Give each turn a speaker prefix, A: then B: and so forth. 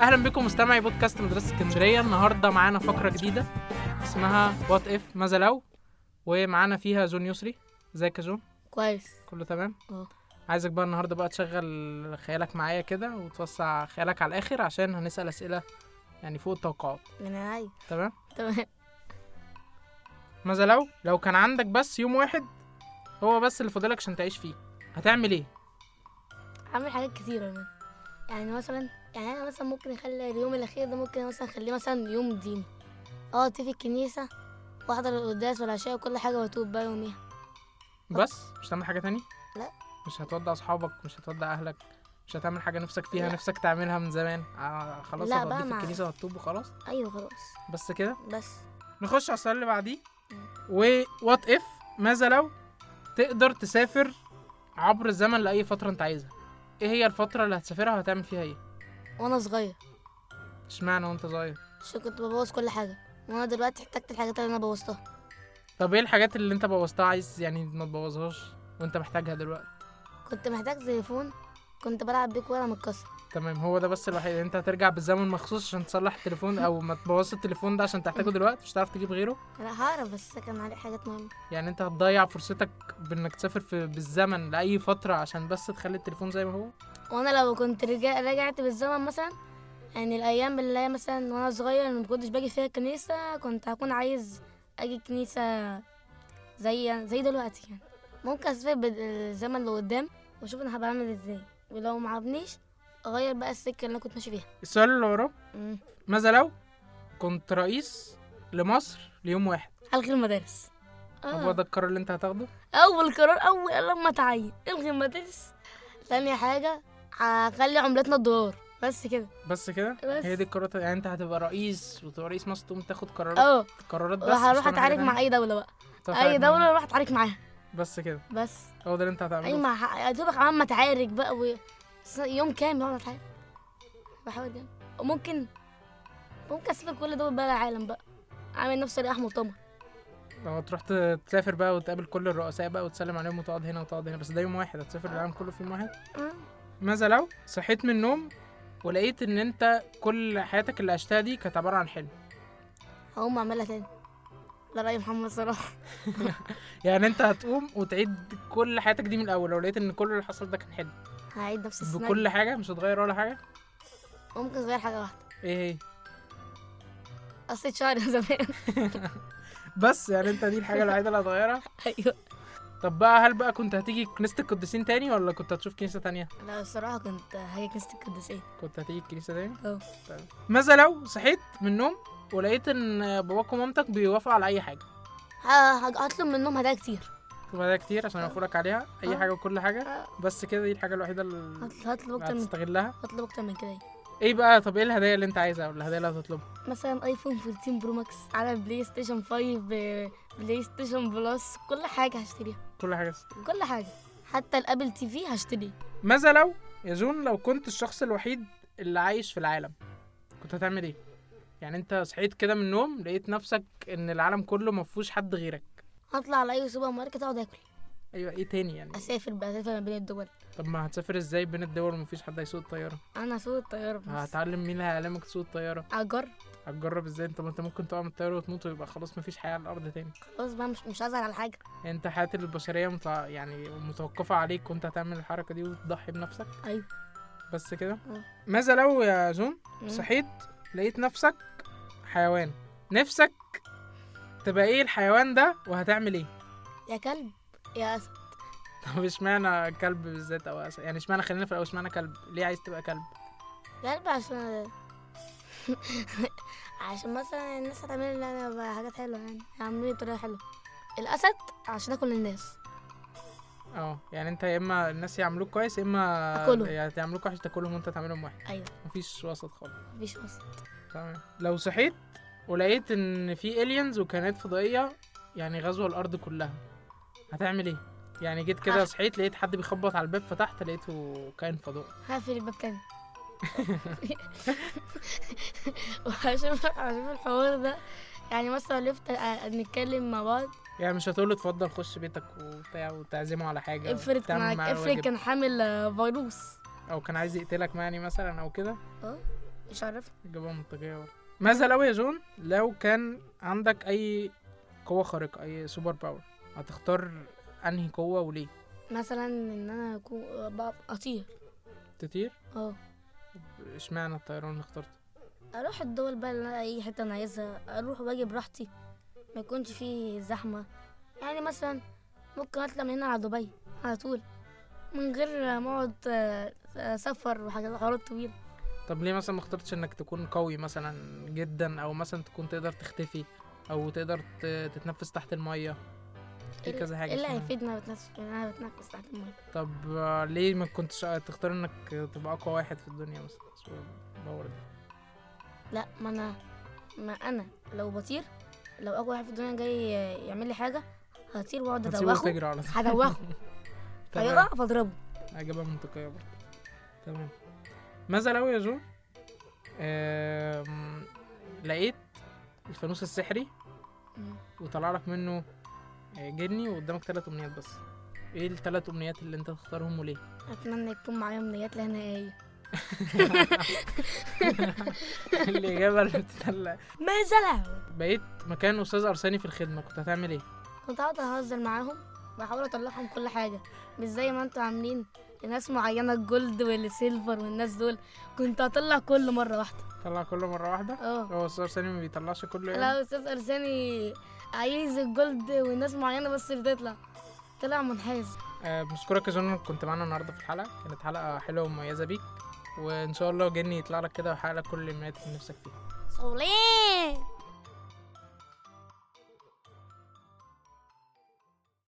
A: اهلا بكم مستمعي بودكاست مدرسه اسكندريه النهارده معانا فقره جديده اسمها وات اف ماذا لو ومعانا فيها زون يسري ازيك يا زون
B: كويس
A: كله تمام
B: اه.
A: عايزك بقى النهارده بقى تشغل خيالك معايا كده وتوسع خيالك على الاخر عشان هنسال اسئله يعني فوق التوقعات
B: انا عايز
A: تمام
B: تمام
A: ماذا لو لو كان عندك بس يوم واحد هو بس اللي فاضلك عشان تعيش فيه هتعمل ايه
B: هعمل حاجات كتيرة انا يعني مثلا يعني انا مثلا ممكن اخلي اليوم الاخير ده ممكن مثلا اخليه مثلا يوم ديني اقعد فيه في الكنيسة واحضر القداس والعشاء وكل حاجة واتوب بقى يوميها
A: بس مش هتعمل حاجه تاني
B: لا.
A: مش هتودع اصحابك مش هتودع اهلك مش هتعمل حاجه نفسك فيها
B: لا.
A: نفسك تعملها من زمان آه خلاص
B: لا
A: هتوديه
B: بقى
A: في
B: مع-
A: الكنيسه وهتطوب وخلاص
B: ايوه خلاص
A: بس كده
B: بس
A: نخش على السؤال اللي بعديه
B: مم.
A: وات اف ماذا لو تقدر تسافر عبر الزمن لاي فتره انت عايزها ايه هي الفتره اللي هتسافرها وهتعمل فيها ايه
B: وانا صغير
A: اشمعنى وانت صغير
B: عشان كنت ببوظ كل حاجة وانا دلوقتي احتجت الحاجات اللي انا بوظتها
A: طب ايه الحاجات اللي انت بوظتها عايز يعني ما تبوظهاش وانت محتاجها دلوقتي
B: كنت محتاج تليفون كنت بلعب بيه كورة متكسر
A: تمام هو ده بس الوحيد يعني انت هترجع بالزمن مخصوص عشان تصلح التليفون او ما تبوظش التليفون ده عشان تحتاجه دلوقتي مش هتعرف تجيب غيره
B: لا هعرف بس كان عليه حاجات مهمة
A: يعني انت هتضيع فرصتك بانك تسافر في بالزمن لاي فتره عشان بس تخلي التليفون زي ما هو
B: وانا لو كنت رجع رجعت بالزمن مثلا يعني الايام اللي هي مثلا وانا صغير ما كنتش باجي فيها الكنيسه كنت هكون عايز اجي الكنيسه زي زي دلوقتي يعني ممكن اسافر بالزمن اللي قدام واشوف انا هبقى عامل ازاي ولو ما عجبنيش اغير بقى السكه اللي انا كنت ماشي فيها
A: السؤال اللي وراه
B: أمم.
A: ماذا لو كنت رئيس لمصر ليوم واحد
B: الغي المدارس آه.
A: هو ده القرار اللي انت هتاخده
B: اول قرار اول لما اتعين الغي المدارس تاني حاجه هخلي عملتنا الدولار بس كده
A: بس كده
B: بس
A: هي دي القرارات يعني انت هتبقى رئيس وتبقى رئيس مصر تقوم تاخد قرارات
B: اه
A: قرارات بس مش هتعمل
B: وهروح
A: حاجة
B: اتعارك مع
A: تانية.
B: اي دوله بقى
A: هتتعارك
B: اي
A: مع
B: دوله
A: مين؟
B: اروح اتعارك معاها
A: بس كده
B: بس
A: هو ده اللي انت
B: اي
A: هتعمله
B: ما ح- يا دوبك عمال ما اتعارك بقى و... س- يوم كامل اقعد اتعارك بحاول جامد وممكن ممكن اسافر كل دول بقى العالم بقى عامل نفسي رايح مؤتمر
A: لو تروح ت- تسافر بقى وتقابل كل الرؤساء بقى وتسلم عليهم وتقعد هنا وتقعد هنا بس ده يوم واحد هتسافر العالم كله في يوم واحد
B: آه.
A: ماذا لو صحيت من النوم ولقيت ان انت كل حياتك اللي عشتها دي كانت عباره عن حلم
B: هقوم اعملها تاني ده راي محمد صلاح
A: يعني انت هتقوم وتعيد كل حياتك دي من الاول لو لقيت ان كل اللي حصل ده كان حلم
B: هعيد نفس السيناريو
A: بكل حاجه مش هتغير ولا حاجه
B: ممكن اغير حاجه واحده
A: ايه هي
B: قصه شعري زمان
A: بس يعني انت دي الحاجه الوحيده اللي هتغيرها
B: ايوه
A: طب بقى هل بقى كنت هتيجي كنيسه القديسين تاني ولا كنت هتشوف كنيسه تانية
B: لا الصراحه كنت هاجي كنيسه القديسيه
A: كنت هتيجي كنيسه تاني
B: اه
A: ماذا لو صحيت من النوم ولقيت ان باباك ومامتك بيوافقوا على اي حاجه
B: ه- هج- هطلب منهم هدايا كتير
A: طب ده كتير عشان يوفوا لك عليها اي
B: آه.
A: حاجه وكل حاجه
B: آه.
A: بس كده دي الحاجه الوحيده اللي
B: هطل- هطلب اكتر من
A: هتستغلها
B: هطلب اكتر من كده
A: ايه بقى طب ايه الهدايا اللي انت عايزها ولا الهدايا اللي هتطلبها
B: مثلا ايفون 14 برو ماكس على بلاي ستيشن 5 ب- بلاي ستيشن بلس كل حاجه هشتريها
A: كل حاجه
B: كل حاجه حتى الابل تي في هشتريه
A: ماذا لو يا جون لو كنت الشخص الوحيد اللي عايش في العالم كنت هتعمل ايه يعني انت صحيت كده من النوم لقيت نفسك ان العالم كله ما فيهوش حد غيرك
B: هطلع على اي سوبر ماركت اقعد اكل
A: ايوه ايه تاني يعني
B: اسافر بقى اسافر ما بين الدول
A: طب ما هتسافر ازاي بين الدول ومفيش حد هيسوق الطياره
B: انا سوق الطياره بس
A: هتعلم مين اللي هيعلمك تسوق الطياره
B: اجر
A: هتجرب ازاي انت ما انت ممكن تقع من الطياره وتموت ويبقى خلاص مفيش حياه على الارض تاني
B: خلاص بقى مش مش هزعل على حاجه
A: انت حياه البشريه مت... يعني متوقفه عليك وانت هتعمل الحركه دي وتضحي بنفسك
B: ايوه
A: بس كده
B: اه.
A: ماذا لو يا جون
B: مم.
A: صحيت لقيت نفسك حيوان نفسك تبقى ايه الحيوان ده وهتعمل ايه
B: يا كلب يا اسد
A: طب اشمعنى كلب بالذات او أسد؟ يعني اشمعنى خلينا في الاول اشمعنى كلب ليه عايز تبقى كلب
B: كلب عشان عشان مثلا الناس هتعمل لي انا بقى حاجات حلوه يعني هيعملوا لي طريقه حلوه الاسد عشان اكل الناس
A: اه يعني انت يا اما الناس يعملوك كويس يا اما
B: اكلهم.
A: يعني تعملوك وحش تاكلهم وانت تعملهم واحد
B: ايوه
A: مفيش وسط خالص
B: مفيش وسط
A: تمام لو صحيت ولقيت ان في الينز وكائنات فضائيه يعني غزوه الارض كلها هتعمل ايه يعني جيت كده
B: هح-
A: صحيت لقيت حد بيخبط على الباب فتحت لقيته كائن فضائي
B: هقفل الباب تاني وهشوف هشوف الحوار ده يعني مثلا لفت نتكلم مع بعض
A: يعني مش هتقول له اتفضل خش بيتك وبتاع وتعزمه على حاجه
B: افرض كان
A: وتعمل
B: عاج-
A: معاه
B: افرض
A: واجب.
B: كان حامل آه، فيروس
A: او كان عايز يقتلك يعني مثلا او كده
B: اه مش عارف
A: إجابة منطقية برضه ماذا لو يا جون لو كان عندك أي قوة خارقة أي سوبر باور هتختار أنهي قوة وليه؟
B: مثلا ان انا اكون بقى اطير
A: تطير؟
B: اه
A: اشمعنى الطيران اللي اخترته؟
B: اروح الدول بقى اللي أنا اي حته انا عايزها اروح واجي براحتي ما يكونش فيه زحمه يعني مثلا ممكن اطلع من هنا على دبي على طول من غير ما اقعد آه، آه، سفر وحاجات حوارات طويله
A: طب ليه مثلا ما اخترتش انك تكون قوي مثلا جدا او مثلا تكون تقدر تختفي او تقدر ت- تتنفس تحت الميه في كذا حاجه
B: ايه اللي
A: اسمها.
B: هيفيدنا بتنفس انا بتنفس تحت الميه
A: طب آه، ليه ما كنتش تختار انك تبقى اقوى واحد في الدنيا مثلا سوبر باور ده
B: لا ما انا ما انا لو بطير لو اقوى واحد في الدنيا جاي يعمل لي حاجه هطير واقعد
A: هتسيبه
B: ادوخه
A: تجري على طول
B: هدوخه
A: تمام
B: هيقع فاضربه
A: اجابه منطقيه برضه تمام ماذا لو يا جو آم، لقيت الفانوس السحري
B: مم.
A: وطلع لك منه آه، جني وقدامك ثلاث امنيات بس ايه الثلاث امنيات اللي انت تختارهم وليه
B: اتمنى يكون معايا امنيات لا نهائيه
A: الإجابة اللي بتتقال
B: ما زلعوا
A: بقيت مكان أستاذ أرساني في الخدمة كنت هتعمل إيه؟
B: كنت قاعدة اهزر معاهم واحاول اطلعهم كل حاجه مش زي ما انتوا عاملين لناس معينه الجولد والسيلفر والناس دول كنت هطلع كل مره واحده
A: طلع كله مرة واحدة؟
B: اه
A: هو أستاذ أرساني ما بيطلعش كله يعني؟
B: لا استاذ ارساني عايز الجولد والناس معينه بس اللي تطلع طلع منحاز
A: آه، بشكرك يا جون إنك كنت معانا النهاردة في الحلقة كانت حلقة حلوة ومميزة بيك وإن شاء الله جني يطلع لك كده ويحقق لك كل الإمنيات اللي نفسك فيها
B: صوليه